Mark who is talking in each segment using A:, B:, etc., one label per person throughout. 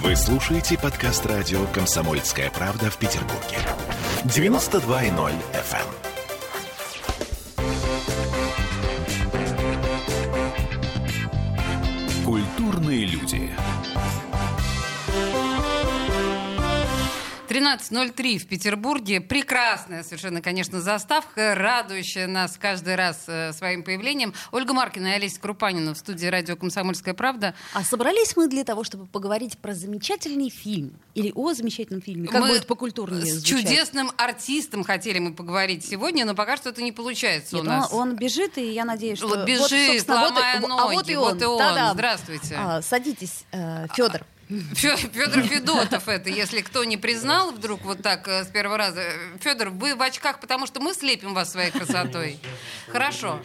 A: Вы слушаете подкаст радио «Комсомольская правда» в Петербурге. 92.0 FM. эм. Культурные люди.
B: 13.03 в Петербурге. Прекрасная совершенно, конечно, заставка, радующая нас каждый раз э, своим появлением. Ольга Маркина и Олеся Крупанина в студии радио «Комсомольская правда».
C: А собрались мы для того, чтобы поговорить про замечательный фильм. Или о замечательном фильме. Как
B: Мы
C: будет по-культурнее
B: С
C: звучать?
B: чудесным артистом хотели мы поговорить сегодня, но пока что это не получается
C: Нет, ну,
B: у нас.
C: он, он бежит, и я надеюсь, что...
B: Вот
C: вот,
B: бежит,
C: собственно, вот и-
B: ломая
C: а вот и
B: ноги,
C: он.
B: вот и он.
C: Та-дам.
B: Здравствуйте.
C: А, садитесь, Федор.
B: Федор Федотов это, если кто не признал вдруг вот так э, с первого раза. Федор, вы в очках, потому что мы слепим вас своей красотой. Хорошо.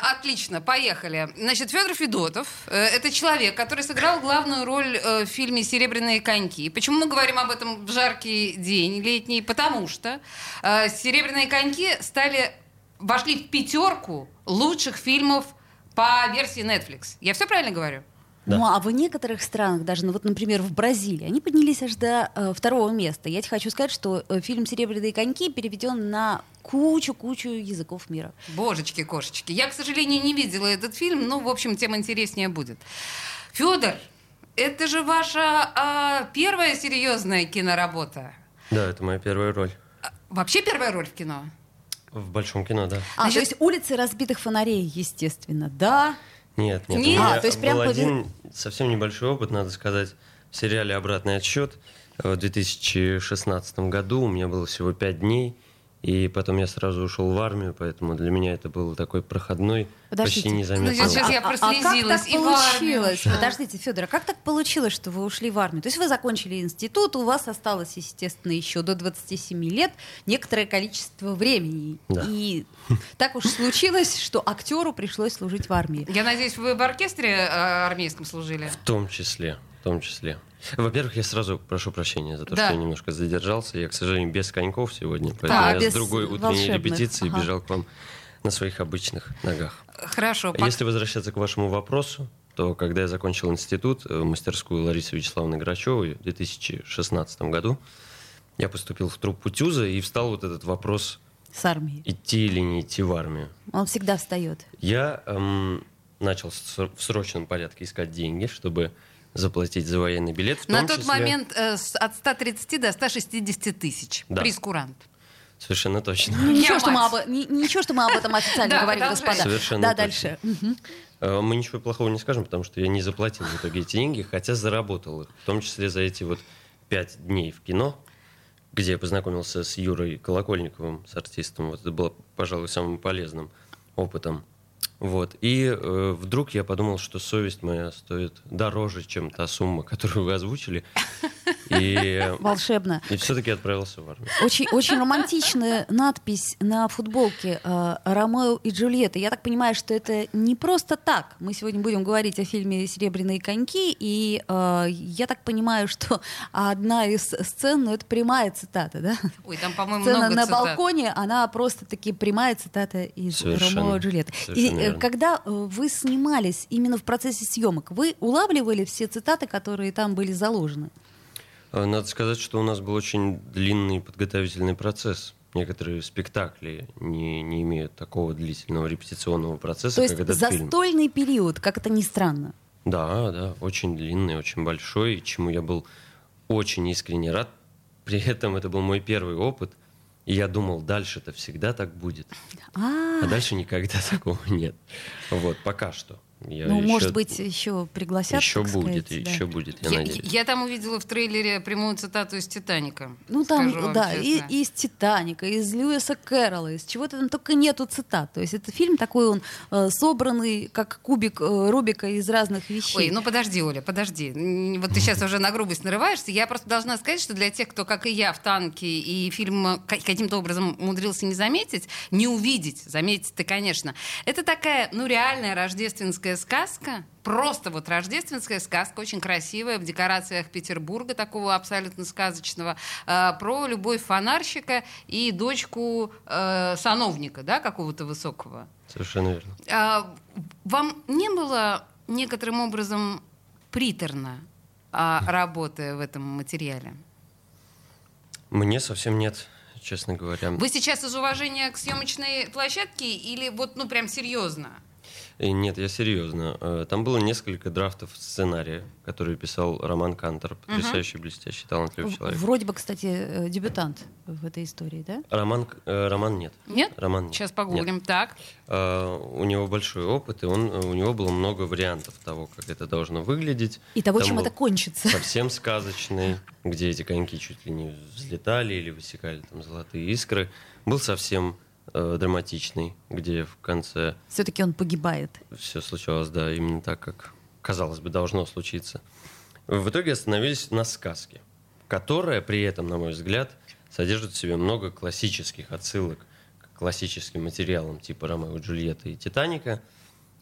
B: Э, Отлично, поехали. Значит, Федор Федотов э, это человек, который сыграл главную роль э, в фильме Серебряные коньки. Почему мы говорим об этом в жаркий день летний? Потому что э, Серебряные коньки стали вошли в пятерку лучших фильмов по версии Netflix. Я все правильно говорю?
C: Ну, а в некоторых странах, даже, ну, вот, например, в Бразилии, они поднялись аж до э, второго места. Я тебе хочу сказать, что э, фильм «Серебряные коньки» переведен на кучу-кучу языков мира.
B: Божечки, кошечки. Я, к сожалению, не видела этот фильм, но, в общем, тем интереснее будет. Федор, это же ваша а, первая серьезная киноработа.
D: Да, это моя первая роль.
B: А, Вообще первая роль в кино?
D: В большом кино, да.
C: А,
B: Значит-
C: то есть улицы разбитых фонарей, естественно, да.
D: Нет,
B: Нет?
D: нет. У меня
C: А, то есть прям
D: был
C: пове-
D: один совсем небольшой опыт, надо сказать, в сериале «Обратный отсчет». В 2016 году у меня было всего пять дней, и потом я сразу ушел в армию, поэтому для меня это был такой проходной,
C: Подождите.
D: почти незаметный.
B: Ну, сейчас
D: опыт.
B: я
C: А как
B: прослезилась
C: так
B: и в армию
C: получилось?
B: ушла.
C: Подождите, Федор, а как так получилось, что вы ушли в армию? То есть вы закончили институт, у вас осталось, естественно, еще до 27 лет некоторое количество времени.
D: Да.
C: И так уж случилось, что актеру пришлось служить в армии.
B: Я надеюсь, вы в оркестре э, армейском служили?
D: В том числе, в том числе. Во-первых, я сразу прошу прощения за то,
B: Да.
D: что я немножко задержался. Я, к сожалению, без коньков сегодня, поэтому
C: А,
D: я
C: без
D: с другой утренней
C: волшебных,
D: репетиции
C: ага.
D: бежал к вам на своих обычных ногах.
B: Хорошо. пок-
D: А Если возвращаться к вашему вопросу, то когда я закончил институт, э, мастерскую Ларисы Вячеславовны Грачевой в 2016 году, я поступил в труппу Тюза и встал вот этот вопрос,
C: С армией.
D: идти или не идти в армию.
C: Он всегда встает.
D: Я эм, начал с- в срочном порядке искать деньги, чтобы заплатить за военный билет. в
B: На
D: том
B: тот
D: числе-
B: момент э, с- от 130 до 160 тысяч.
D: Да.
B: Прискурант.
D: Совершенно точно.
C: Ну,
B: Я
C: ничего, что мы
B: мать.
C: об, ни- ничего, что мы об этом официально
B: Да,
C: говорим,
B: продолжай.
C: господа.
D: Совершенно
C: Да,
D: точно.
C: дальше.
D: Э, Мы ничего плохого не скажем, потому что я не заплатил в итоге эти деньги, хотя заработал их, в том числе за эти вот пять дней в кино, где я познакомился с Юрой Колокольниковым, с артистом. Вот это было, пожалуй, самым полезным опытом. Вот. И э, вдруг я подумал, что совесть моя стоит дороже, чем та сумма, которую вы озвучили. И, э,
C: Волшебно.
D: и все-таки отправился в армию.
C: Очень, очень романтичная надпись на футболке э, «Ромео и Джульетта». Я так понимаю, что это не просто так. Мы сегодня будем говорить о фильме «Серебряные коньки», и э, я так понимаю, что одна из сцен, ну, это прямая цитата, да?
B: Ой, там, по-моему,
C: Сцена
B: много
C: на
B: цитат.
C: балконе, она просто-таки прямая цитата из
D: Совершенно.
C: «Ромео и Джульетты». И
D: Совершенно
C: э,
D: верно.
C: когда э, вы снимались именно в процессе съемок, вы улавливали все цитаты, которые там были заложены?
D: Э, Надо сказать, что у нас был очень длинный подготовительный процесс. Некоторые спектакли не, не имеют такого длительного репетиционного процесса,
C: То есть
D: как этот фильм.
C: застольный период, как это ни странно.
D: Да, да, очень длинный, очень большой, чему я был очень искренне рад. При этом это был мой первый опыт, и я думал, дальше-то всегда так будет,
C: А,
D: а дальше никогда такого нет. Вот, пока что. Я
C: ну,
D: ещё-
C: может быть, еще пригласят.
D: еще
C: так
D: будет,
C: сказать, да.
D: еще будет, я,
B: Я,
D: надеюсь.
B: я там увидела в трейлере прямую цитату из «Титаника».
C: Ну, там,
B: Скажу вам
C: да, и,
B: честно.
C: и из «Титаника», из Льюиса Кэрролла, из чего-то там только нету цитат. То есть это фильм такой, он э, собранный, как кубик э, Рубика из разных вещей.
B: Ой, ну подожди, Оля, подожди. М, Вот ты сейчас уже на грубость нарываешься. Я просто должна сказать, что для тех, кто, как и я, в танке и фильм э, ка- каким-то образом умудрился не заметить, не увидеть, заметить ты, конечно. Это такая, ну, реальная рождественская сказка, просто вот рождественская сказка, очень красивая, в декорациях Петербурга, такого абсолютно сказочного, э, про любовь фонарщика и дочку э, сановника, да, какого-то высокого.
D: Совершенно верно.
B: А, вам не было некоторым образом приторно а, работы в этом материале?
D: Мне совсем нет, честно говоря.
B: Вы сейчас из уважения к съемочной площадке или вот, ну, прям серьезно?
D: И Э, Нет, я серьезно. Э, Там было несколько драфтов сценария, которые писал Роман Кантор, потрясающий, блестящий, талантливый
C: В-
D: человек.
C: Вроде бы, кстати, э, дебютант в этой истории, да?
D: Роман, к- э, Роман нет.
B: Нет?
D: Роман нет.
B: Сейчас погуглим. Так.
D: Э, У него большой опыт, и он, э, у него было много вариантов того, как это должно выглядеть.
C: И того,
D: Там
C: чем
D: был
C: это кончится.
D: Совсем сказочный, где эти коньки чуть ли не взлетали или высекали там золотые искры. Был совсем э, драматичный, где в конце
C: Все-таки он погибает.
D: все случилось, да, именно так, как, казалось бы, должно случиться. В итоге остановились на сказке, которая при этом, на мой взгляд, содержит в себе много классических отсылок к классическим материалам типа Ромео и Джульетты и Титаника.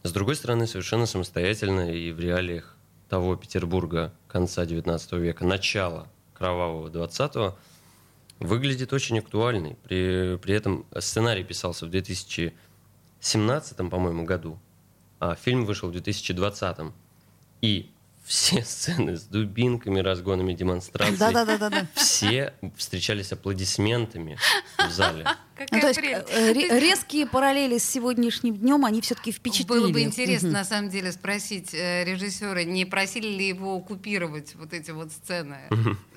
D: С другой стороны, совершенно самостоятельно и в реалиях того Петербурга конца XIX века, начала кровавого XX, выглядит очень актуальной. При, при этом сценарий писался в 2017, по-моему, году, а фильм вышел в 2020. И все сцены с дубинками, разгонами демонстраций,
C: Да-да-да-да.
D: все встречались аплодисментами в зале.
B: Какая
C: Ну, то есть
B: прелесть.
C: э, ре- резкие параллели с сегодняшним днем, они все-таки впечатлили.
B: Было бы интересно,
C: Мгм.
B: на самом деле, спросить э, режиссера, не просили ли его купировать вот эти вот сцены.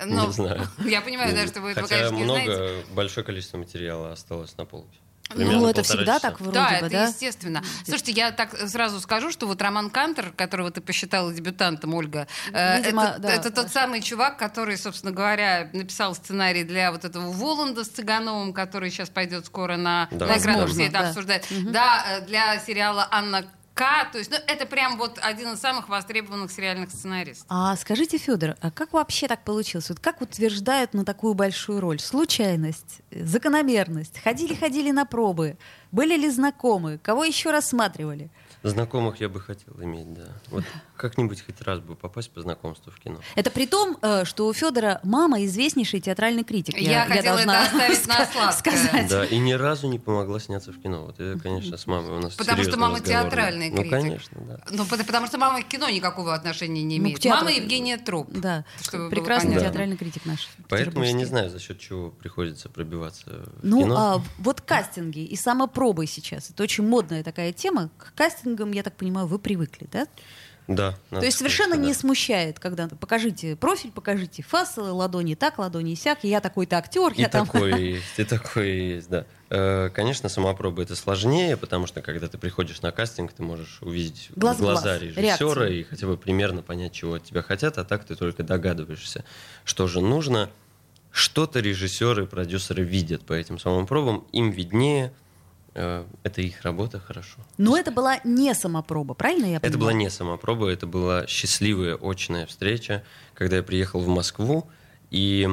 D: Не знаю.
B: Я понимаю, да, что вы этого,
D: Хотя
B: конечно, не
D: много,
B: знаете.
D: большое количество материала осталось на полке. Примерно
C: Ну, это
D: полтора
C: всегда
D: часа.
C: так вроде
B: да,
C: бы,
B: это
C: да?
B: естественно. Слушайте, я так сразу скажу, что вот Роман Кантер, которого ты посчитала дебютантом, Ольга, э,
C: Видимо,
B: это,
C: да.
B: это тот самый чувак, который, собственно говоря, написал сценарий для вот этого Воланда с Цыгановым, который сейчас пойдет скоро на,
D: Да,
B: на экраны,
D: возможно,
B: все это
C: да.
B: обсуждают. Да, э, для сериала «Анна К», то есть, ну, это прям вот один из самых востребованных сериальных сценаристов.
C: А скажите, Федор, а как вообще так получилось? Вот как утверждают на такую большую роль? Случайность, э, закономерность, ходили-ходили на пробы, были ли знакомы, кого еще рассматривали?
D: Знакомых я бы хотел иметь, да. Вот как-нибудь хоть раз бы попасть по знакомству в кино.
C: Это при том, э, что у Федора мама известнейший театральный критик.
B: Я хотела это
C: должна
B: оставить на
C: ска-
B: сладкое.
C: сказать.
D: Да, и ни разу не помогла сняться в кино. Вот это, конечно, с мамой у нас
B: Потому что
D: серьезный
B: мама
D: разговор был.
B: театральный критик.
D: Ну, конечно, да.
B: Ну, пот- потому что мама к кино никакого отношения не
C: Ну,
B: имеет.
C: к театру-
B: Мама Евгения Труп.
C: Да,
B: Чтобы было
C: прекрасный
D: понятно.
C: театральный критик наш.
D: Поэтому я
C: петербургский.
D: не знаю, за счет чего приходится пробиваться в
C: Ну,
D: кино.
C: а вот кастинги и самопробы сейчас. Это очень модная такая тема. К кастингам, я так понимаю, вы привыкли, да?
D: Да.
C: То
D: надо
C: есть
D: сказать,
C: совершенно
D: что
C: не
D: да.
C: смущает, когда покажите профиль, покажите фас, ладони так, ладони сяк, я такой-то актер,
D: И
C: я там...
D: такое есть, и такое есть, да. Э, Конечно, самопроба это сложнее, потому что когда ты приходишь на кастинг, ты можешь увидеть
C: Глаз в
D: в глаза
C: глаз,
D: режиссера
C: реакцию.
D: и хотя бы примерно понять, чего от тебя хотят, а так ты только догадываешься, что же нужно. Что-то режиссеры и продюсеры видят по этим самым пробам, им виднее, Э, это их работа, хорошо.
C: Но это была не самопроба, правильно я понимаю?
D: Это была не самопроба, это была счастливая очная встреча, когда я приехал в Москву, и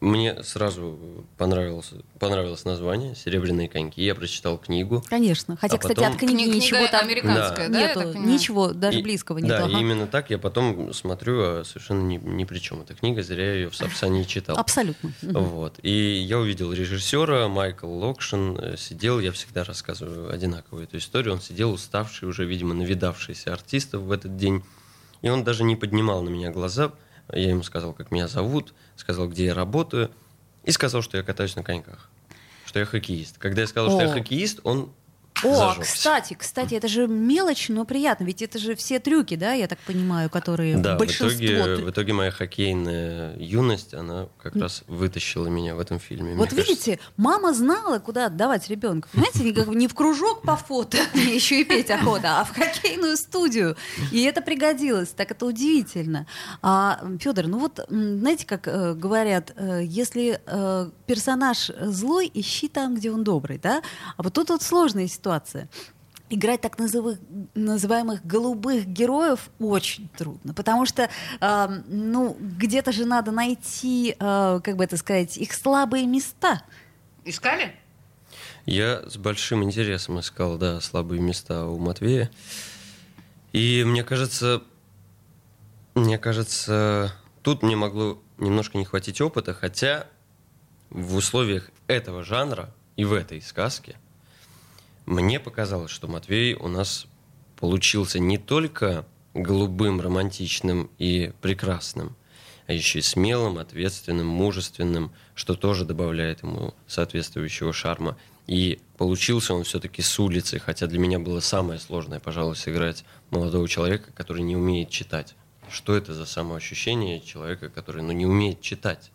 D: мне сразу понравилось, понравилось название «Серебряные коньки». Я прочитал книгу.
C: Конечно. Хотя,
D: А
C: кстати,
D: потом-
C: от книги
B: Книга
C: ничего там
B: американская, да, я
C: нету,
B: так понимаю?
C: ничего даже
D: И-
C: близкого нету.
D: Да,
C: ага.
D: и именно так я потом смотрю, а совершенно ни, ни при чем эта книга, зря я ее в Сапсане не читал.
C: Абсолютно.
D: Вот. И я увидел режиссера Майкл Локшин, э, сидел, я всегда рассказываю одинаковую эту историю, он сидел уставший, уже, видимо, навидавшийся артистов в этот день, и он даже не поднимал на меня глаза, я ему сказал, как меня зовут, сказал, где я работаю, и сказал, что я катаюсь на коньках, что я хоккеист. Когда я сказал, что я
C: О.
D: хоккеист, он
C: О,
D: зажегся.
C: кстати, кстати, это же мелочь, но приятно. Ведь это же все трюки, да, я так понимаю, которые
D: Да, в
C: большинство...
D: итоге, в итоге моя хоккейная юность, она как раз вытащила меня в этом фильме.
C: Вот
D: Мне кажется,
C: видите, мама знала, куда отдавать ребенка. Понимаете, не, как бы не в кружок по фото, еще и петь охота, а в хоккейную студию. И это пригодилось. Так это удивительно. А, Федор, ну вот, м, знаете, как э, говорят, э, если э, персонаж злой, ищи там, где он добрый, да? А вот тут вот сложная ситуация. Играть так назывы- называемых голубых героев очень трудно, потому что э, ну где-то же надо найти, э, как бы это сказать, их слабые места.
B: Искали?
D: Я с большим интересом искал, да, слабые места у Матвея. И мне кажется, мне кажется, тут мне могло немножко не хватить опыта, хотя в условиях этого жанра и в этой сказке мне показалось, что Матвей у нас получился не только голубым, романтичным и прекрасным, а еще и смелым, ответственным, мужественным, что тоже добавляет ему соответствующего шарма. И получился он все-таки с улицы, хотя для меня было самое сложное, пожалуй, сыграть молодого человека, который не умеет читать. Что это за самоощущение человека, который ну, не умеет читать?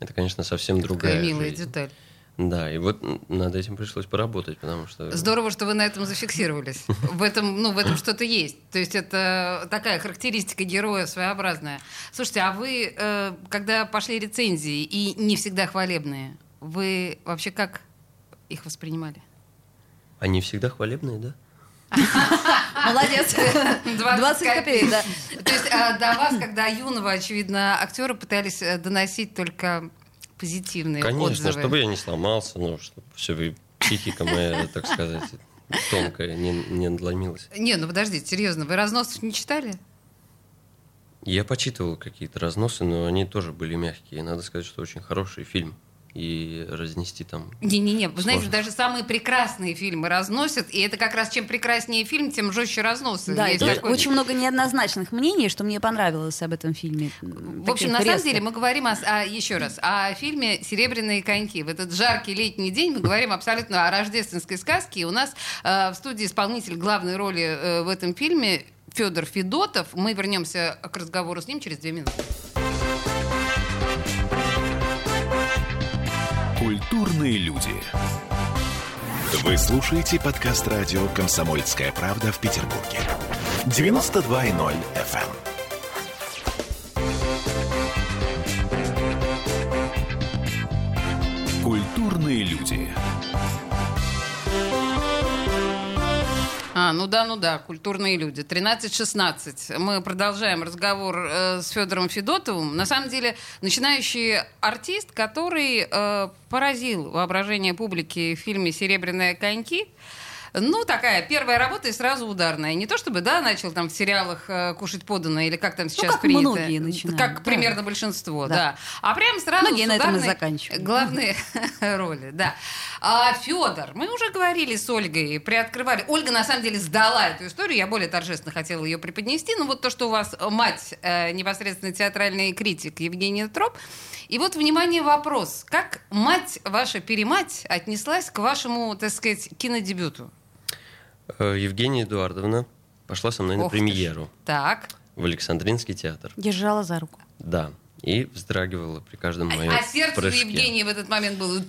D: Это, конечно, совсем другая
B: Какая милая
D: жизнь.
B: деталь.
D: Да, и вот над этим пришлось поработать, потому что...
B: Здорово, что вы на этом зафиксировались. В этом, ну, в этом что-то есть. То есть это такая характеристика героя своеобразная. Слушайте, а вы, э, когда пошли рецензии, и не всегда хвалебные, вы вообще как их воспринимали?
D: Они всегда хвалебные, да?
C: Молодец. 20 копеек, да.
B: То есть э, до вас, когда юного, очевидно, актера пытались э, доносить только позитивные
D: Конечно,
B: отзывы.
D: чтобы я не сломался, ну, чтобы все, психика моя, так сказать, тонкая, не, не надломилась.
B: Не, ну подождите, серьезно, вы разносов не читали?
D: Я почитывал какие-то разносы, но они тоже были мягкие. Надо сказать, что очень хороший фильм. И разнести там...
B: Не-не-не, вы знаете,
D: Сложно.
B: даже самые прекрасные фильмы разносят, и это как раз чем прекраснее фильм, тем жестче разносы.
C: Да, и
B: Есть
C: тут
B: такой-
C: очень много неоднозначных мнений, что мне понравилось об этом фильме.
B: В общем, на самом деле мы говорим о, с- о- еще раз о фильме «Серебряные коньки». В этот жаркий летний день мы говорим абсолютно о рождественской сказке. И у нас э, в студии исполнитель главной роли э, в этом фильме Федор Федотов. Мы вернемся к разговору с ним через две минуты.
A: Культурные люди. Вы слушаете подкаст радио «Комсомольская правда» в Петербурге. 92.0 FM. Культурные люди.
B: А, ну да, ну да, культурные люди. 13-16. Мы продолжаем разговор э, с Федором Федотовым. На самом деле, начинающий артист, который э, поразил воображение публики в фильме «Серебряные коньки», ну, такая первая работа и сразу ударная. Не то чтобы, да, начал там в сериалах э, кушать поданное или как там сейчас
C: Ну, как
B: принято.
C: многие начинают,
B: Как
C: да.
B: примерно большинство, да.
C: Да.
B: А прям сразу
C: Многие
B: с
C: на этом и
B: ударной-
C: заканчивают.
B: Главные роли, да. А, Федор, мы уже говорили с Ольгой, приоткрывали. Ольга, на самом деле, сдала эту историю. Я более торжественно хотела ее преподнести. Но вот то, что у вас э, мать э, непосредственно театральный критик Евгения Троп. И вот, внимание, вопрос. Как мать, ваша перемать, отнеслась к вашему, так сказать, кинодебюту?
D: Э, Евгения Эдуардовна пошла со мной на
B: Ох ты ж.
D: премьеру
B: Так.
D: в Александринский театр.
C: Держала за руку.
D: Да. И вздрагивала при каждом моем
B: а сердце
D: прыжке.
B: Евгении в этот момент было...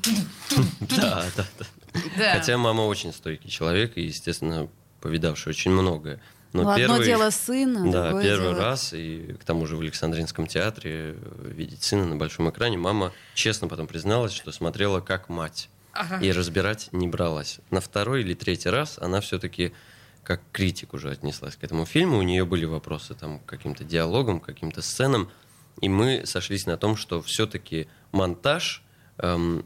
D: Да, да, да.
B: Да.
D: Хотя мама очень стойкий человек и, естественно, повидавший очень многое. Но
C: Ну, одно
D: первый-
C: дело сына,
D: Да,
C: другое
D: первый
C: дело-
D: раз, и к тому же в Александринском театре э, видеть сына на большом экране. Мама честно потом призналась, что смотрела как мать.
B: Ага.
D: И разбирать не бралась. На второй или третий раз она все-таки как критик уже отнеслась к этому фильму. У нее были вопросы там, к каким-то диалогам, к каким-то сценам. И мы сошлись на том, что все-таки монтаж, эм,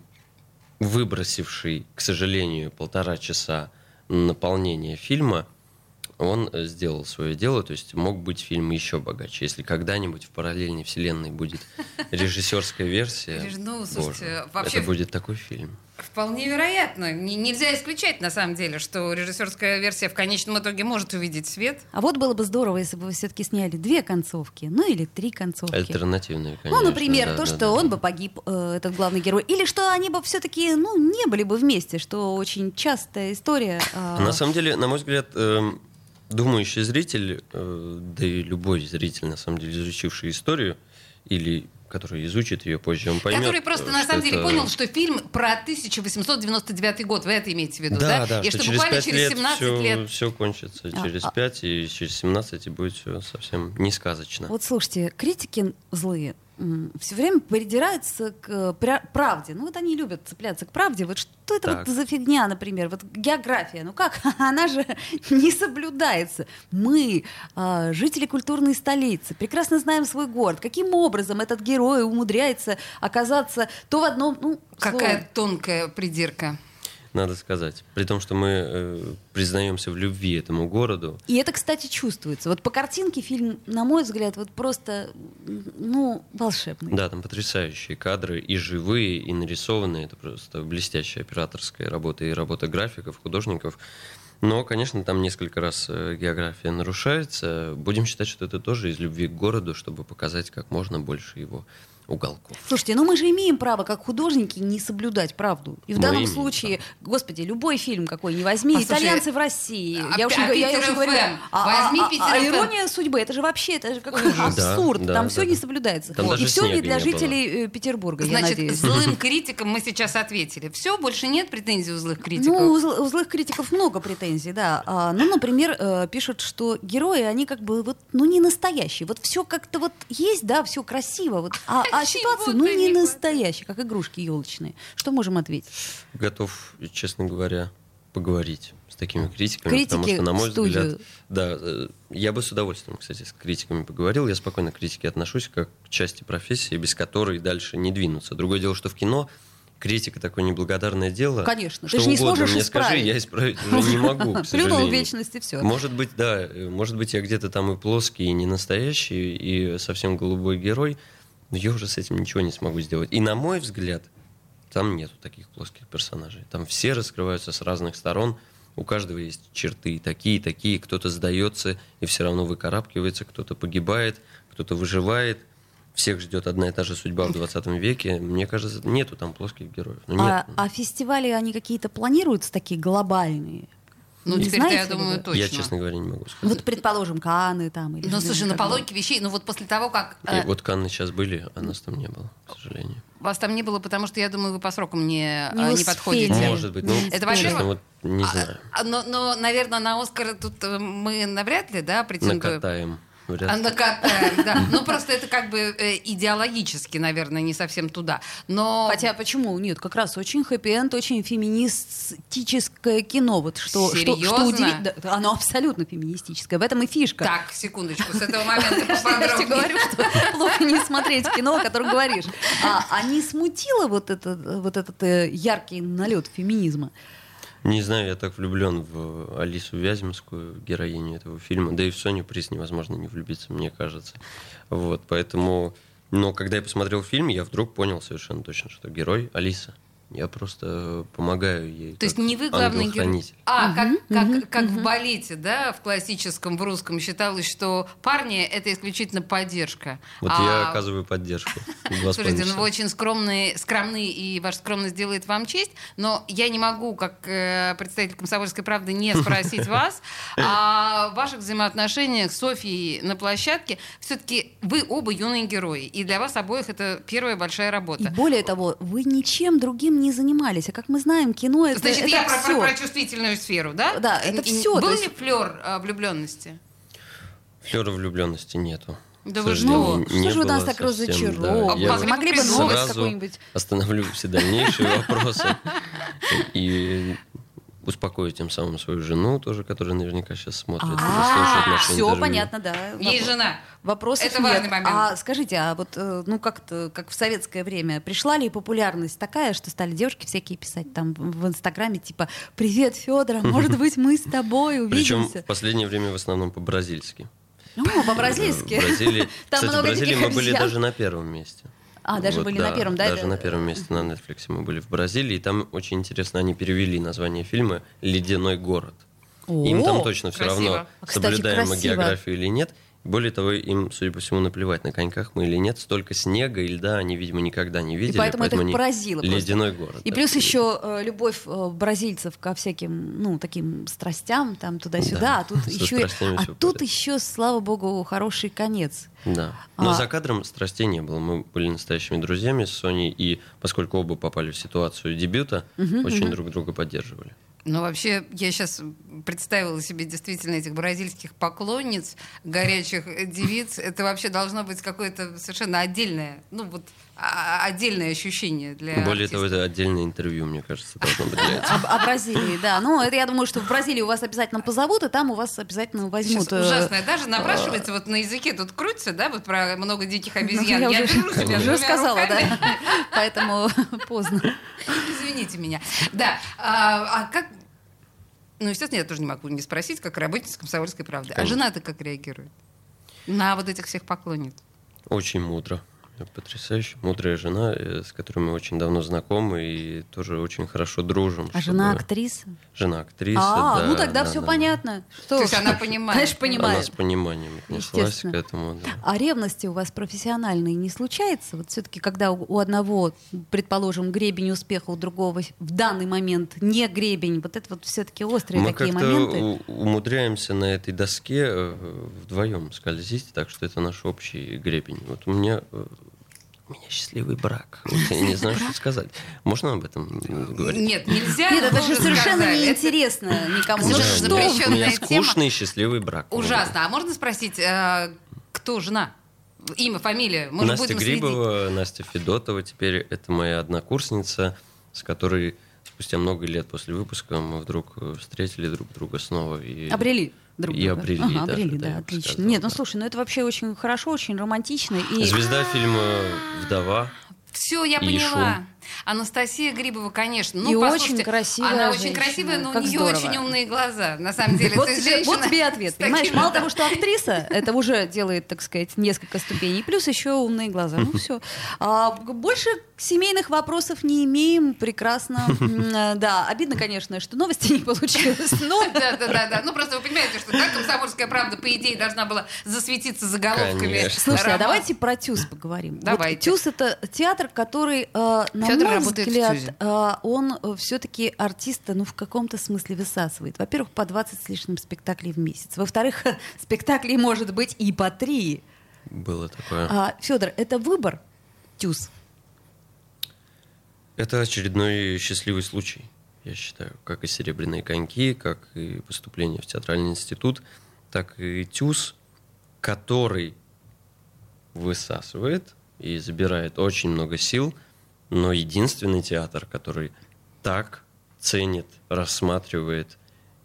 D: выбросивший, к сожалению, полтора часа наполнения фильма, он э, сделал свое дело, то есть мог быть фильм еще богаче. Если когда-нибудь в параллельной вселенной будет режиссерская версия,
B: Реж- ну, слушайте,
D: боже,
B: вообще-
D: это будет такой фильм.
B: Вполне вероятно. Н- нельзя исключать, на самом деле, что режиссерская версия в конечном итоге может увидеть свет.
C: А вот было бы здорово, если бы вы все-таки сняли две концовки, ну или три концовки.
D: Альтернативный,
C: Ну,
D: конечно.
C: например,
D: да,
C: то,
D: да,
C: что
D: да.
C: он бы погиб, э, этот главный герой, или что они бы все-таки, ну, не были бы вместе, что очень частая история. э,
D: На самом деле, на мой взгляд, эм, думающий зритель, э, да и любой зритель, на самом деле, изучивший историю, или который изучит ее позже, он поймет.
B: который просто,
D: э,
B: на
D: что
B: самом деле,
D: это-
B: понял, что фильм про 1899 год. Вы это имеете в виду, да?
D: Да, да,
B: И
D: что
B: что,
D: через
B: буквально
D: 5
B: через
D: лет
B: 17
D: все,
B: лет...
D: кончится.
C: А,
D: через
C: а-
D: 5 и через 17 и будет все совсем не сказочно.
C: Вот слушайте, критики злые все время придираются к э, пря- правде. Ну вот они любят цепляться к правде. Вот что это
D: Так.
C: вот за фигня, например? Вот география. Ну как? Она же не соблюдается. Мы, э, жители культурной столицы, прекрасно знаем свой город. Каким образом этот герой умудряется оказаться то в одном... Ну,
B: Какая
C: словом,
B: тонкая придирка.
D: Надо сказать. При том, что мы э, признаемся в любви этому городу.
C: И это, кстати, чувствуется. Вот по картинке фильм, на мой взгляд, вот просто, м, ну, волшебный.
D: Да, там потрясающие кадры и живые, и нарисованные. Это просто блестящая операторская работа и работа графиков, художников. Но, конечно, там несколько раз э, география нарушается. Будем считать, что это тоже из любви к городу, чтобы показать как можно больше его уголков.
C: Слушайте, ну мы же имеем право, как художники, не соблюдать правду. И в
D: Мы
C: данном
D: имеем
C: случае, господи, любой фильм какой не возьми,
B: Послушай,
C: итальянцы в России.
B: а
C: я
B: Пи-
C: уж
B: а
C: не, я
B: Питер
C: уж не
B: FM?
C: говорю.
B: Возьми
C: а,
B: Питер
C: а
B: FM.
C: ирония судьбы, это же вообще, это же какой
D: Да,
C: абсурд.
D: да,
C: там
D: да,
C: все
D: да.
C: не соблюдается.
D: Там
C: И
D: даже
C: все не
D: снега
C: для
D: не было.
C: жителей э, Петербурга, я
B: Значит,
C: надеюсь.
B: злым критикам мы сейчас ответили. Все, больше нет претензий у злых критиков.
C: Ну, у, зл- у злых критиков много претензий, да. А, ну, например, э, пишут, что герои, они как бы вот, ну, не настоящие. Вот все как-то вот есть, да, все красиво, вот, а, а
B: Чего-то
C: ситуация, ну,
B: не
C: не
B: хватает.
C: настоящие, как игрушки елочные. Что можем ответить?
D: Готов, честно говоря, поговорить с такими критиками,
C: Критики
D: потому что, на мой
C: в студию.
D: взгляд, да, э, я бы с удовольствием, кстати, с критиками поговорил. Я спокойно к критике отношусь как к части профессии, без которой дальше не двинуться. Другое дело, что в кино критика такое неблагодарное дело.
C: Конечно, ты
D: что
C: же не
D: угодно
C: сможешь
D: мне
C: исправить.
D: скажи, я исправить уже Ну, не могу, к
C: Плюнул в
D: сожалению.
C: вечность и все.
D: Может быть, да. э, Может быть, я где-то там и плоский, и не настоящий, и совсем голубой герой. Но я уже с этим ничего не смогу сделать. И на мой взгляд, там нету таких плоских персонажей. Там все раскрываются с разных сторон. У каждого есть черты и такие, и такие. Кто-то сдается и все равно выкарабкивается, кто-то погибает, кто-то выживает. Всех ждет одна и та же судьба в 20 веке. Мне кажется, нету там плоских героев. Ну,
C: А,
D: нет.
C: а фестивали, они какие-то планируются такие глобальные?
B: Ну,
C: Не
B: теперь
C: знаете
B: я
C: ли
B: думаю,
C: вы?
B: точно.
D: Я, честно говоря, не могу сказать.
C: Вот, предположим, Каны там. Или,
B: Ну, слушай, ну,
C: как
B: по
C: бы.
B: логике вещей, ну, вот после того, как...
D: И
B: э,
C: а
D: вот Канны сейчас были, а нас там не было, к сожалению.
B: Вас там не было, потому что, я думаю, вы по срокам не,
C: Не
B: а, не
C: успели.
B: подходите.
C: Нет.
D: Может быть. Ну,
B: Это
D: честно,
B: во-первых.
D: вот не знаю.
B: А, а, но, но, наверное, на Оскар тут э, мы навряд ли, да, претендуем.
D: Накатаем. Вряд
B: А,
D: ли.
B: накатаем, да. Ну, просто это как бы э, идеологически, наверное, не совсем туда. Но...
C: Хотя почему? Нет, как раз очень хэппи-энд, очень феминистическое кино. Вот что, что,
B: Серьезно?
C: что удивительно. Оно абсолютно феминистическое. В этом и фишка.
B: Так, секундочку, с этого момента
C: Я тебе
B: поподробнее.
C: говорю, что плохо не смотреть кино, о котором говоришь. А, а не смутило вот, это, вот этот э, яркий налет феминизма?
D: Не знаю, я так влюблен в э, Алису Вяземскую, героиню этого фильма. Да и в Соню Приз невозможно не влюбиться, мне кажется. Вот, поэтому... Но когда я посмотрел фильм, я вдруг понял совершенно точно, что герой Алиса. Я просто э, помогаю ей.
B: То есть
D: как
B: не вы главный герой.
D: ангел-хранитель.
B: А, как, как, как в балете, да, в классическом, в русском считалось, что парни — это исключительно поддержка.
D: Вот
B: а
D: я оказываю поддержку. Два с
B: Слушайте,
D: половиной
B: ну
D: часа.
B: вы очень скромные, скромны, и ваша скромность делает вам честь, но я не могу, как э, представитель «Комсомольской правды», не спросить вас о ваших взаимоотношениях с Софьей на площадке. Все-таки вы оба юные герои, и для вас обоих это первая большая
C: И
B: работа.
C: более того, вы ничем другим не занимались. А как мы знаем, кино это,
B: Значит,
C: это
B: я про,
C: все.
B: про- про чувствительную сферу, да?
C: Да, это
B: Н- н-
C: всё,
B: Был
C: то
B: ли э,
C: есть-
B: флер влюбленности?
D: Флера влюбленности нету.
B: Да
D: К
B: вы ну,
D: сожалению,
B: что?
D: не
C: Что же вы
D: было
C: нас так
D: совсем, да.
C: разочаровали?
D: Я
B: А
D: вот
B: могли
C: Могли
B: бы
C: бы новость
D: сразу
C: какую-нибудь.
D: остановлю все дальнейшие вопросы и успокою тем самым свою жену тоже, которая наверняка сейчас смотрит. и слушает наше
C: все
D: интервью.
C: А, понятно, да.
B: Есть жена.
C: Вопросов
B: Это
C: нет.
B: важный момент.
C: А скажите, а вот э, ну как-то как в советское время пришла ли популярность такая, что стали девушки всякие писать там в Инстаграме типа "Привет, Федор, а может быть мы с тобой
D: Причем
C: увидимся"?
D: в последнее время в основном по-бразильски.
C: Ну,
D: Э,
C: по-бразильски.
D: В Бразилии,
C: Там
D: кстати, в
C: много
D: Бразилии
C: диких
D: мы были
C: обезьян.
D: даже на первом месте.
C: А, даже были на первом, да,
D: Даже
C: это-
D: на первом месте на Netflix мы были в Бразилии. И там очень интересно, они перевели название фильма «Ледяной город». Им там
C: О,
D: точно все
B: красиво.
D: равно,
C: А, кстати,
D: соблюдаем мы
C: красиво.
D: географию или нет. Более того, им, судя по всему, наплевать, на коньках мы или нет. Столько снега и льда они, видимо, никогда не видели.
C: поэтому это их
D: они
C: поразило просто.
D: Ледяной город.
C: И
D: да,
C: плюс
D: привели.
C: еще э, любовь э, бразильцев ко всяким, ну, таким страстям, там, туда-сюда.
D: Да.
C: А тут
D: Со
C: еще, и-
D: страстями
C: а
D: всё
C: тут
D: порядок.
C: еще, слава богу, хороший конец.
D: Да. Но
C: А-
D: за кадром страстей не было. Мы были настоящими друзьями с Соней, и поскольку оба попали в ситуацию дебюта, очень друг друга поддерживали.
B: Ну, вообще, я сейчас представила себе действительно этих бразильских поклонниц, горячих э, девиц. Это вообще должно быть какое-то совершенно отдельное, ну вот, а- отдельное ощущение для
D: Более
B: артиста.
D: того, это отдельное интервью, мне кажется, должно быть для этого.
C: Об- О, Бразилии, да. Ну, это я думаю, что в Бразилии у вас обязательно позовут, и там у вас обязательно возьмут.
B: Сейчас
C: э,
B: ужасно. Даже напрашивается вот на языке, тут крутится, да, вот про много диких
C: ну,
B: обезьян. Я,
C: уже,
B: беру себя
C: уже
B: двумя
C: сказала,
B: руками.
C: да. Поэтому поздно.
B: Извините меня. Да. А, а как... Ну, естественно, я тоже не могу не спросить, как работница «Комсомольской правды». А
D: Конечно.
B: жена-то как реагирует? На вот этих всех поклонниц.
D: Очень мудро. Потрясающе. Мудрая жена, э, с которой мы очень давно знакомы и тоже очень хорошо дружим.
C: А
D: чтобы-
C: жена актриса?
D: Жена актриса,
C: а,
D: да,
C: ну тогда
D: да,
C: все
D: да.
C: понятно. Что
B: То
C: уж.
B: есть она понимает.
C: Конечно,
D: Она
C: понимает.
D: с пониманием отнеслась к
C: Естественно.
D: этому. да.
C: А ревности у вас профессиональной не случается? Вот все-таки, когда у у одного, предположим, гребень успеха, у другого в данный момент не гребень, вот это вот все-таки острые
D: Мы
C: такие
D: как-то
C: моменты.
D: у- умудряемся на этой доске э, вдвоем скользить, так что это наш общий гребень. Вот у меня э, у меня счастливый брак. Вот Я не знаю, что сказать. Можно об этом э, говорить?
B: Нет, нельзя.
C: Нет, это же
B: тоже
C: совершенно
B: сказать. Это
C: неинтересно никому.
B: Ну
D: Не
B: Это
D: знаю,
B: что
D: у меня-
B: вы?
D: У меня
B: Запрещенная тема.
D: скучный счастливый брак.
B: Ужасно. А можно спросить, э, кто жена? Имя, фамилия? Мы же
D: Настя
B: будем следить.
D: Грибова, Настя Федотова теперь это моя однокурсница, с которой спустя много лет после выпуска мы вдруг э, встретили друг друга снова. И...
C: Обрели друг
D: И
C: друга.
D: обрели
C: Ага,
D: даже,
C: обрели,
D: да,
C: да,
D: я бы
C: отлично.
D: сказал,
C: Нет, ну
D: да.
C: слушай, ну это вообще очень хорошо, очень романтично. И...
D: Звезда фильма «Вдова».
B: Все, я
D: И
B: поняла.
D: шум.
B: Анастасия Грибова, конечно. Ну,
C: И
B: послушайте,
C: очень красивая
B: Она очень
C: женщина.
B: красивая, но
C: Как
B: у нее
C: здорово.
B: очень умные глаза. На самом деле,
C: Вот
B: То есть
C: тебе, вот
B: женщина
C: тебе ответ,
B: с
C: понимаешь?
B: такими-
C: Мало того, что актриса, это уже делает, так сказать, несколько ступеней, плюс еще умные глаза. Ну все. больше семейных вопросов не имеем, прекрасно. М, э, Да, обидно, конечно, что новости не получилось.
B: Ну, да, да, да, да. Ну, просто вы понимаете, что так комсомольская правда, по идее, должна была засветиться заголовками.
D: Конечно.
C: Слушай, а
B: романа.
C: давайте про ТЮЗ поговорим. Вот
B: Давайте.
C: ТЮЗ это театр, который, э, на
B: Фёдор
C: мой
B: работает в
C: взгляд,
B: «Тюзе».
C: э, он все-таки артиста, ну, в каком-то смысле высасывает. Во-первых, по 20 с лишним спектаклей в месяц. Во-вторых, спектаклей может быть и по три.
D: Было такое.
C: А, Федор, это выбор тюз.
D: Это очередной счастливый случай, я считаю. Как и «Серебряные коньки», как и поступление в театральный институт, так и ТЮЗ, который высасывает и забирает очень много сил, но единственный театр, который так ценит, рассматривает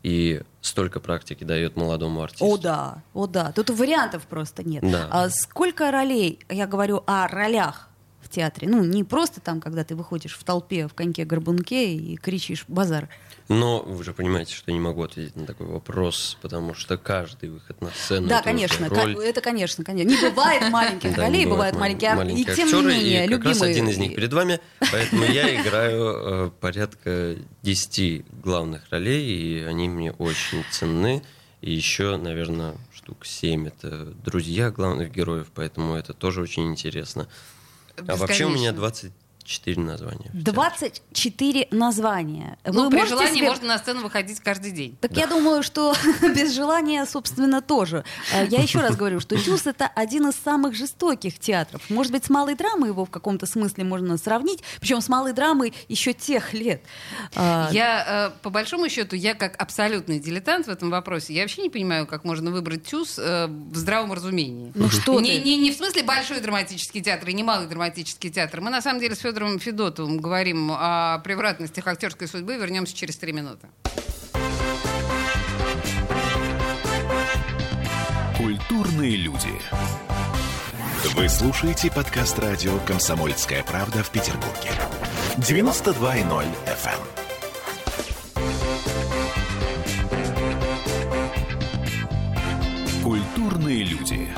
D: и столько практики дает молодому артисту.
C: О да, о да. Тут вариантов просто нет.
D: Да.
C: А сколько ролей, я говорю о ролях в театре, ну не просто там, когда ты выходишь в толпе в коньке-горбунке и кричишь «базар».
D: Но вы же понимаете, что я не могу ответить на такой вопрос, потому что каждый выход на сцену
C: да,
D: ну, это уже
C: конечно,
D: роль.
C: ко- это конечно, конечно. Не бывает маленьких
D: Ну Да,
C: ролей,
D: не бывает
C: бывают маленькие, ар- и
D: маленькие
C: тем не
D: актеры,
C: менее,
D: и как раз
C: любимые.
D: один из них перед вами, поэтому я играю э, порядка 10 главных ролей, и они мне очень ценны. И еще, наверное, штук 7 это друзья главных героев, поэтому это тоже очень интересно. А вообще у меня
B: Бесконечно.
D: 24 названия.
C: 24 названия.
B: Ну,
C: Вы
B: при
C: можете
B: желании
C: себе-
B: можно на сцену выходить каждый день.
C: Так я думаю, что без желания, собственно, тоже. Э, Я еще раз говорю, что «Тюз» — это один из самых жестоких театров. Может быть, с «Малой драмой» его в каком-то смысле можно сравнить, причем с «Малой драмой» еще тех лет. А,
B: Я, э, по большому счету, я как абсолютный дилетант в этом вопросе. Я вообще не понимаю, как можно выбрать ТЮЗ э, в здравом разумении.
C: Ну что
B: не,
C: ты?
B: не, не в смысле большой драматический театр и не малый драматический театр. Мы, на самом деле, с Федором Федотовым говорим о превратностях актерской судьбы. Вернемся через три минуты.
A: Культурные люди. Вы слушаете подкаст радио «Комсомольская правда» в Петербурге. 92.0 FM. Культурные люди.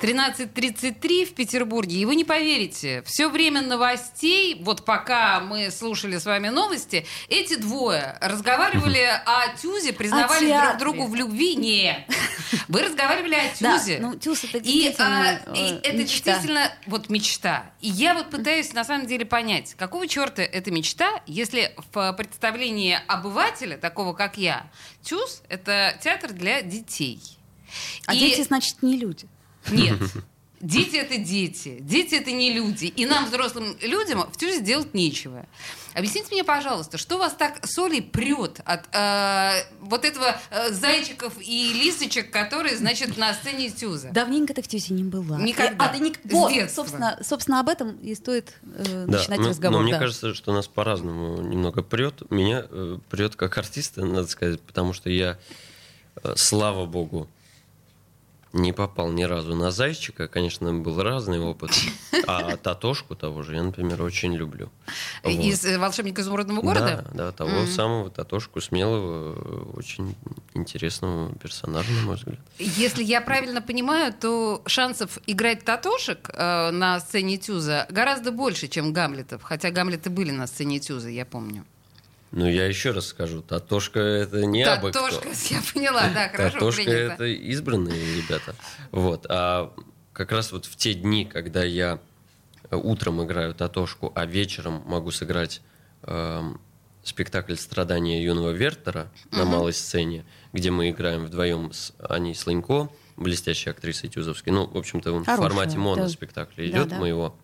B: 13.33 в Петербурге. И вы не поверите, все время новостей, вот пока мы слушали с вами новости, эти двое разговаривали о Тюзе, признавались друг
C: театре.
B: другу в любви. Не. Вы разговаривали о
C: Да,
B: Тюзе.
C: ну «Тюз» — это
B: И, а,
C: действительно
B: и
C: э,
B: это
C: мечта.
B: действительно вот мечта. И я вот пытаюсь на самом деле понять, какого черта это мечта, если в представлении обывателя, такого как я, ТЮЗ — это театр для детей.
C: А
B: И-
C: дети, значит, не люди.
B: нет. Дети это дети. Дети это не люди. И нам, взрослым людям, в тюрьме делать нечего. Объясните мне, пожалуйста, что вас так соли прет от э, вот этого э, зайчиков и лисочек, которые, значит, на сцене тюза?
C: Давненько ты в «Тюзе» не была.
B: Никогда.
C: И- а ты ник-
B: С
C: Вот,
B: детства. ну,
C: собственно, собственно, об этом и стоит э,
D: Да,
C: начинать
D: но-
C: разговор.
D: Но мне
C: да.
D: кажется, что нас по-разному немного прет. Меня э, прет как артиста, надо сказать, потому что я, э, слава богу, не попал ни разу на зайчика. Конечно, был разный опыт. А татошку того же я, например, очень люблю. Вот.
B: Из э, «Волшебника изумрудного города».
D: Да, да, того
B: Мгм.
D: самого Татошку смелого, э, очень интересного персонажа, на мой взгляд.
B: Если я правильно понимаю, то шансов играть Татошек э, на сцене Тюза гораздо больше, чем Гамлетов. Хотя Гамлеты были на сцене Тюза, я помню.
D: Ну, я еще раз скажу, Татошка это не абы кто.
B: Татошка, я поняла, да, хорошо
D: Татошка
B: принято.
D: это избранные ребята. Вот. А как раз вот в те дни, когда я э, утром играю Татошку, а вечером могу сыграть эм, спектакль «Страдания юного Вертера» на малой сцене, где мы играем вдвоем с Аней Слынько, блестящей актрисой Тюзовской. Ну, в общем-то, он в
C: Хорошая,
D: формате
C: да.
D: моноспектакля идет
C: Да-да.
D: моего.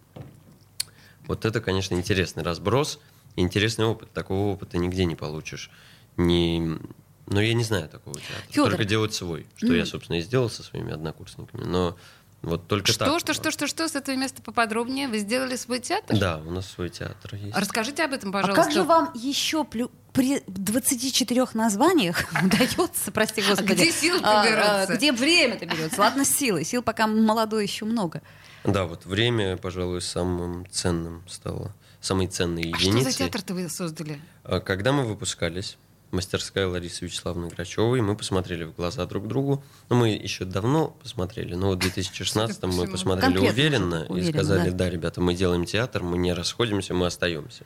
D: Вот это, конечно, интересный разброс, интересный опыт. Такого опыта нигде не получишь. Не... Но я не знаю такого театра.
C: Фёдор.
D: Только делать свой, что я, собственно, и сделал со своими однокурсниками. Но вот только
B: Что,
D: так.
B: что, что, что, что, с этого места поподробнее? Вы сделали свой театр?
D: Да, у нас свой театр есть.
B: Расскажите об этом,
C: А
B: пожалуйста.
C: как же вам еще плю- при 24 названиях удается, прости господи,
B: где силы-то
C: а, а,
B: берутся?
C: где время-то берется? Ладно, с силой. Сил пока молодой еще много.
D: Да, вот время, пожалуй, самым ценным стало. Самой ценной
B: А что
D: единицей.
B: за театр-то вы создали?
D: А Когда мы выпускались, мастерская Ларисы Вячеславны Грачевой, мы посмотрели в глаза друг другу. Ну, мы еще давно посмотрели, но в 2016
B: Судя
D: мы
B: по всему.
D: посмотрели
C: Конкретно,
D: уверенно,
C: уверенно,
D: и сказали,
C: да.
D: да, ребята, мы делаем театр, мы не расходимся, мы остаемся.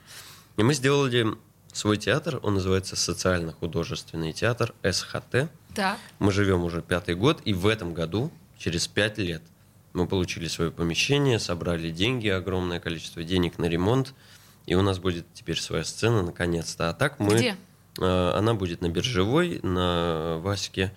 D: И мы сделали свой театр, он называется «Социально-художественный театр СХТ».
B: Так.
D: Мы живем уже пятый год, и в этом году, через пять лет, мы получили свое помещение, собрали деньги, огромное количество денег на ремонт, и у нас будет теперь своя сцена, наконец-то. А так мы...
B: Где?
D: Э, Она будет на Биржевой, на Ваське.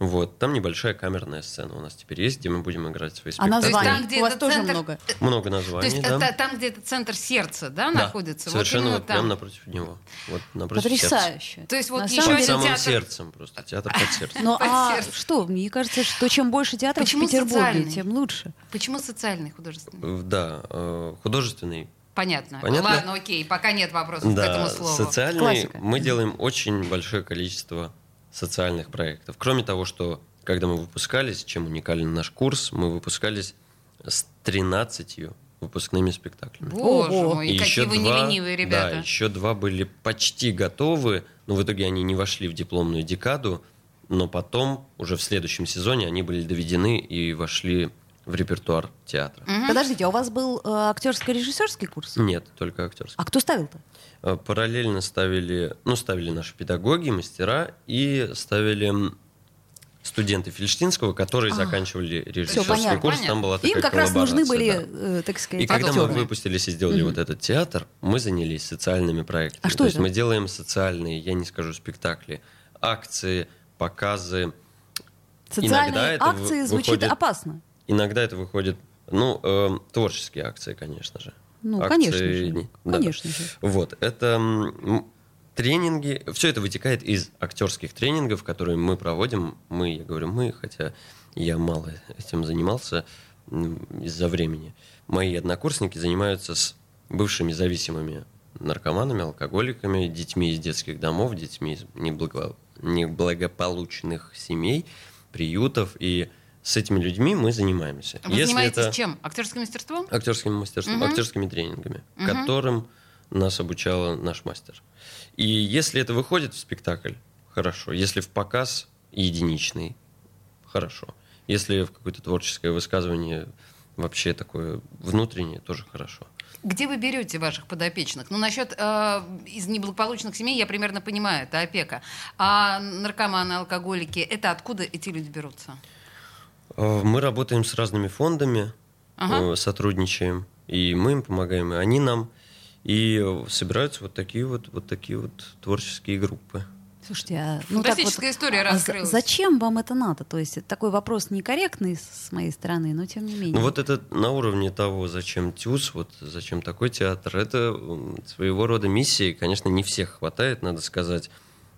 D: Вот, там небольшая камерная сцена у нас теперь есть, где мы будем играть свои
C: А
D: спектакли.
C: названий
B: там, где
C: у вас
B: этот
C: тоже
B: центр-
C: много.
D: Много
B: То
D: названий,
B: есть
D: да.
B: это там, где этот центр сердца, да,
D: Да,
B: находится? Вот
D: Совершенно
B: именно
D: вот прямо
B: там.
D: напротив него. Вот напротив сердца.
C: Потрясающе.
B: То есть вот
C: На
B: еще
C: самом
D: Под
B: один
D: самым
B: театр-
D: сердцем просто. Театр под сердцем.
C: Ну
B: под
C: а
B: сердце.
C: что, мне кажется, что чем больше театров
B: Почему
C: в Петербурге,
B: социальный?
C: тем лучше.
B: Почему социальный художественный?
D: Э, Да, э, художественный
B: Понятно.
D: Понятно?
B: Ладно, окей, пока нет вопросов к
D: Да,
B: этому слову.
D: социальный.
C: Классика.
D: Мы делаем очень большое количество социальных проектов. Кроме того, что когда мы выпускались, чем уникален наш курс, мы выпускались с 13 выпускными спектаклями.
B: Боже
C: Ого.
B: мой, какие вы
D: два-
B: неленивые ребята.
D: Да, еще два были почти готовы, но в итоге они не вошли в дипломную декаду, но потом, уже в следующем сезоне, они были доведены и вошли в репертуар театра.
C: Подождите, а у вас был актерско-режиссерский курс?
D: Нет, только актерский.
C: А кто ставил-то?
D: Э, параллельно ставили, ну, ставили наши педагоги, мастера и ставили м, студенты Фельштинского, которые заканчивали
C: Все
D: режиссерский
C: А. понятно.
D: курс. Там была такая
C: Им как раз нужны были,
D: коллаборация, да.
C: э, так сказать,
D: И когда мы
C: актеры.
D: выпустились и сделали вот этот театр, мы занялись социальными проектами.
C: А что
D: То есть
C: это?
D: мы делаем социальные, я не скажу спектакли, акции, показы.
C: Социальные
D: иногда это вы-
C: акции звучит
D: выходит-
C: опасно.
D: Иногда это выходит, ну, эм, творческие акции, конечно же.
C: Ну,
D: Акции-
C: конечно же.
D: не- да.
C: Конечно же.
D: Вот, это м, тренинги, все это вытекает из актерских тренингов, которые мы проводим. Мы, я говорю мы, хотя я мало этим занимался м, из-за времени. Мои однокурсники занимаются с бывшими зависимыми наркоманами, алкоголиками, детьми из детских домов, детьми из неблаго- неблагополучных семей, приютов. И с этими людьми мы занимаемся.
B: Вы занимаетесь чем? Актерским мастерством?
D: Актерским мастерством,
B: Мгм.
D: актерскими тренингами, которым нас обучала наш мастер. И если это выходит в спектакль, хорошо. Если в показ единичный, хорошо. Если в какое-то творческое высказывание вообще такое внутреннее, тоже хорошо.
B: Где вы берете ваших подопечных? Ну, насчет э, из неблагополучных семей я примерно понимаю, это опека. А наркоманы, алкоголики, это откуда эти люди берутся?
D: Э, Мы работаем с разными фондами,
B: Ага.
D: э, сотрудничаем, и мы им помогаем, и они нам. И э, собираются вот такие вот, вот такие вот творческие группы.
C: Слушайте, а, ну так вот,
B: Фантастическая история
C: а за-
B: раскрылась.
C: зачем вам это надо? То есть это такой вопрос некорректный с с моей стороны, но тем не менее.
D: Ну вот это на уровне того, зачем ТЮЗ, вот зачем такой театр, это м, своего рода миссия, и, конечно, не всех хватает, надо сказать.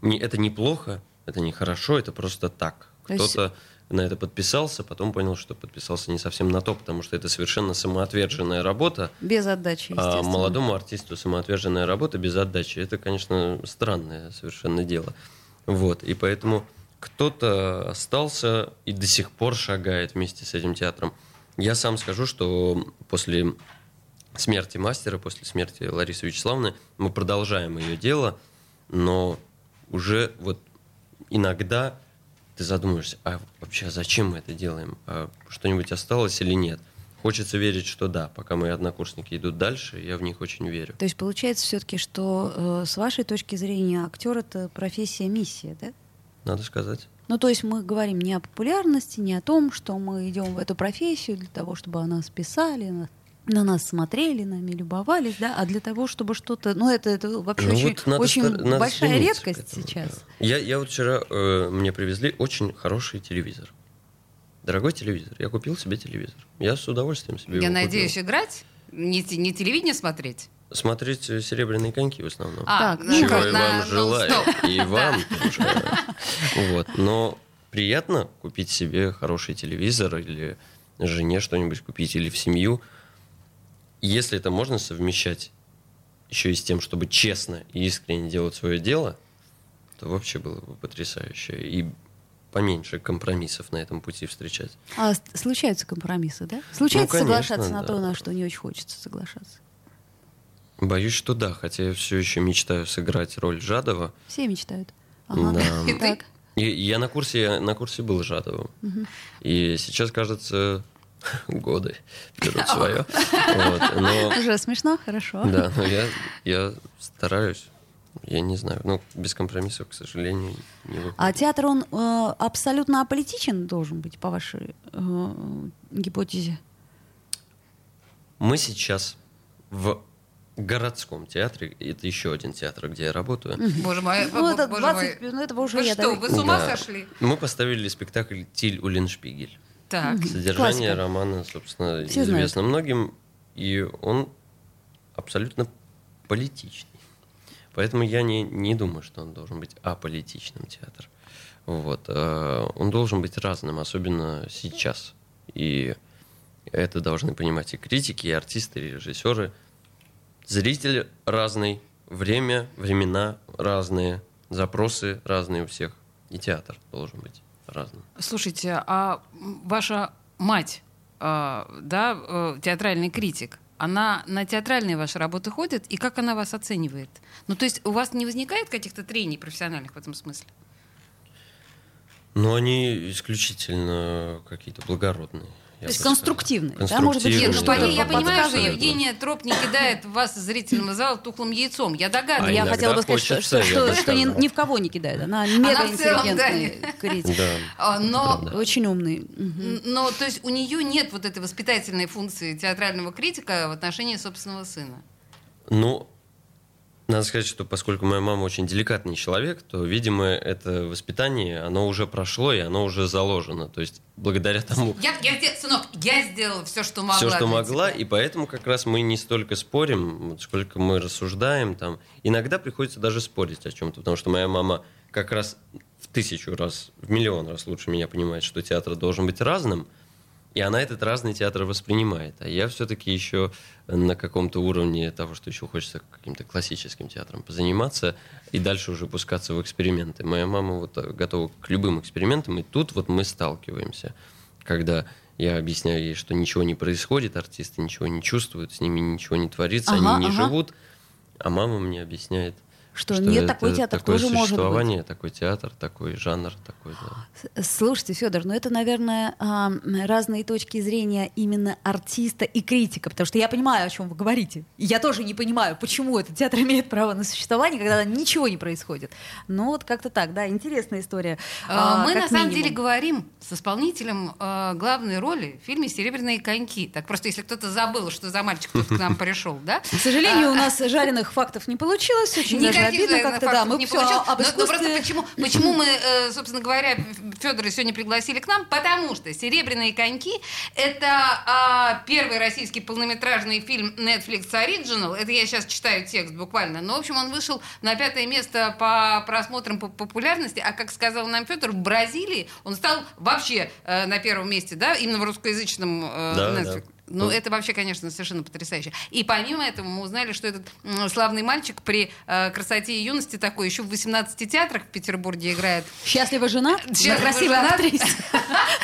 D: Не, это неплохо, это не хорошо, это просто так.
C: То есть-
D: Кто-то на это подписался, потом понял, что подписался не совсем на то, потому что это совершенно самоотверженная работа,
C: Без отдачи,
D: а
C: естественно.
D: молодому артисту самоотверженная работа без отдачи. Это, конечно, странное совершенно дело. Вот. И поэтому кто-то остался и до сих пор шагает вместе с этим театром. Я сам скажу, что после смерти мастера, после смерти Ларисы Вячеславовны. Мы продолжаем ее дело, но уже вот иногда ты задумаешься, а вообще зачем мы это делаем? А что-нибудь осталось или нет? Хочется верить, что да, пока мои однокурсники идут дальше, я в них очень верю.
C: То есть получается все-таки, что э, с вашей точки зрения актер это профессия миссия, да?
D: Надо сказать.
C: Ну, то есть мы говорим не о популярности, не о том, что мы идем в эту профессию для того, чтобы о нас писали, на, на нас смотрели, нами любовались, да, а для того, чтобы что-то... Ну, это, это вообще
D: Ну
C: очень,
D: вот надо
C: очень
D: стар- надо
C: большая
D: стремиться
C: редкость
D: к этому,
C: сейчас.
D: да. Я, я вот вчера, э, мне привезли очень хороший телевизор. Дорогой телевизор. Я купил себе телевизор. Я с удовольствием себе
B: Я
D: его купил.
B: надеюсь, играть? Не, те- не телевидение смотреть?
D: Смотреть э, «Серебряные коньки» в основном.
B: А,
C: Так,
B: ну,
C: ну,
D: Чего
B: как
D: я
B: на-
D: вам
B: ну,
D: желаю.
B: стоп.
D: И вам тоже. Вот. Но приятно купить себе хороший телевизор или жене что-нибудь купить, или в семью. Если это можно совмещать еще и с тем, чтобы честно и искренне делать свое дело, то вообще было бы потрясающе. И поменьше компромиссов на этом пути встречать.
C: А с- случаются компромиссы, да? Случается
D: Ну, конечно,
C: соглашаться на
D: да.
C: то, на что не очень хочется соглашаться.
D: Боюсь, что да, хотя я все еще мечтаю сыграть роль Жадова.
C: Все мечтают.
D: Да.
B: И ты?
C: Так.
D: И я на курсе, я на курсе был Жадовым. И сейчас, кажется, годы берут свое. Вот, Но
C: Уже смешно, хорошо.
D: да, но я, я стараюсь. Я не знаю. Ну, без компромиссов, к сожалению, не выходит.
C: А театр, он э, абсолютно аполитичен должен быть, по вашей э, гипотезе?
D: Мы сейчас в городском театре, и это еще один театр, где я работаю,
B: Боже мой,
C: Ну, это
B: Э, боже мой.
C: 20, ну, этого уже
B: Вы
C: я
B: что,
C: даже-
B: вы с ума
D: Да.
B: сошли?
D: мы поставили спектакль «Тиль Улиншпигель».
B: Так.
C: Классика.
D: Содержание романа, собственно,
C: Все знают.
D: известно многим, и он абсолютно политичный. Поэтому я не, не думаю, что он должен быть аполитичным театр. Вот. э, Он должен быть разным, особенно сейчас. И это должны понимать и критики, и артисты, и режиссеры. Зритель разный, время, времена разные, запросы разные у всех. И театр должен быть разным.
B: Слушайте, а м, ваша мать, э, да, э, театральный критик, она на театральные ваши работы ходит, и как она вас оценивает? Ну, то есть у вас не возникает каких-то трений профессиональных в этом смысле?
D: Но они исключительно какие-то благородные.
C: То есть
D: я бы сказал.
C: конструктивные, да, может быть, Нет,
D: Конструктивные,
B: Нет,
C: ну,
B: ну,
C: что-то
B: понятно, я
C: подсказывает.
B: понимаю, что
D: абсолютно.
B: Евгения Троп не кидает вас, зрительного зала, тухлым яйцом. Я
D: А
B: догадываюсь.
C: я
D: иногда
C: хотела бы сказать, что,
D: хочется,
C: что,
D: я бы
C: что- что ни,
D: сказал.
C: ни в кого не кидает. Она мега
B: в целом,
C: интеллигентный критик.
D: Да.
B: А, Но
D: Да.
C: Очень умный. Мгм.
B: Но, то есть, у нее нет вот этой воспитательной функции театрального критика в отношении собственного сына.
D: Ну, надо сказать, что поскольку моя мама очень деликатный человек, то, видимо, это воспитание, оно уже прошло и оно уже заложено. То есть благодаря тому,
B: Я, я, те- сынок, я сделала все, что могла.
D: все, что
B: для
D: могла,
B: тебя.
D: и поэтому как раз мы не столько спорим, вот сколько мы рассуждаем там. Иногда приходится даже спорить о чем-то, потому что моя мама как раз в тысячу раз, в миллион раз лучше меня понимает, что театр должен быть разным, и она этот разный театр воспринимает. А я все-таки еще на каком-то уровне того, что еще хочется каким-то классическим театром позаниматься и дальше уже пускаться в эксперименты. Моя мама вот э, готова к любым экспериментам, и тут вот мы сталкиваемся, когда я объясняю ей, что ничего не происходит, артисты ничего не чувствуют, с ними ничего не творится,
C: Ага,
D: они не
C: ага.
D: живут, а мама мне объясняет,
C: Что нет, такой
D: это
C: театр
D: такое
C: тоже может быть.
D: существование, такой театр, такой жанр, такой. да.
C: Слушайте, Федор, ну это, наверное, а, разные точки зрения именно артиста и критика, потому что я понимаю, о чем вы говорите. И Я тоже не понимаю, почему этот театр имеет право на существование, когда ничего не происходит. Но вот как-то так, да, интересная история.
B: А,
C: а,
B: Мы
C: как
B: на самом
C: минимум.
B: деле говорим с исполнителем э, главной роли в фильме Серебряные коньки. Так просто если кто-то забыл, что за мальчик тут к нам пришел, да? А,
C: К сожалению, у нас жареных фактов не получилось, очень даже обидно
B: наверное,
C: как-то, да,
B: фактов
C: мы
B: не
C: всё
B: получил.
C: об
B: Но- но просто
C: искусстве.
B: почему, почему мы, э, собственно говоря, Федора сегодня пригласили к нам? Потому что «Серебряные коньки» — это а, первый российский полнометражный фильм Netflix Original. Это я сейчас читаю текст буквально. Но, в общем, он вышел на пятое место по просмотрам по популярности. А, как сказал нам Федор, в Бразилии он стал вообще э, на первом месте, да, именно в русскоязычном э,
D: Да,
B: Netflix.
D: да.
B: Ну, это вообще, конечно, совершенно потрясающе. И помимо этого мы узнали, что этот м, славный мальчик при э, красоте и юности такой еще в 18 театрах в Петербурге играет.
C: Счастлива жена?
B: Счастлива
C: красивая
B: жена.
C: актриса.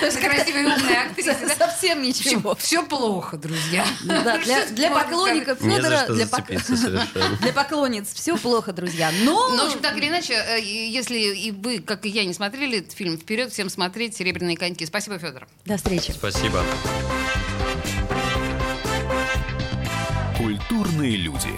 B: То есть красивая и умная актриса. да?
C: Совсем ничего.
B: Все плохо, друзья.
C: Ну Да, для,
B: Что
C: для
B: можно
C: поклонников
D: Не за
C: Федора,
D: что
C: для, пок-
D: зацепиться совершенно.
C: для поклонниц все плохо, друзья.
B: Ну, в
C: Но
B: общем, так или иначе, э, и- если и вы, как и я, не смотрели этот фильм, вперед всем смотреть «Серебряные коньки». Спасибо, Федор.
C: до встречи.
D: Спасибо.
A: Культурные люди.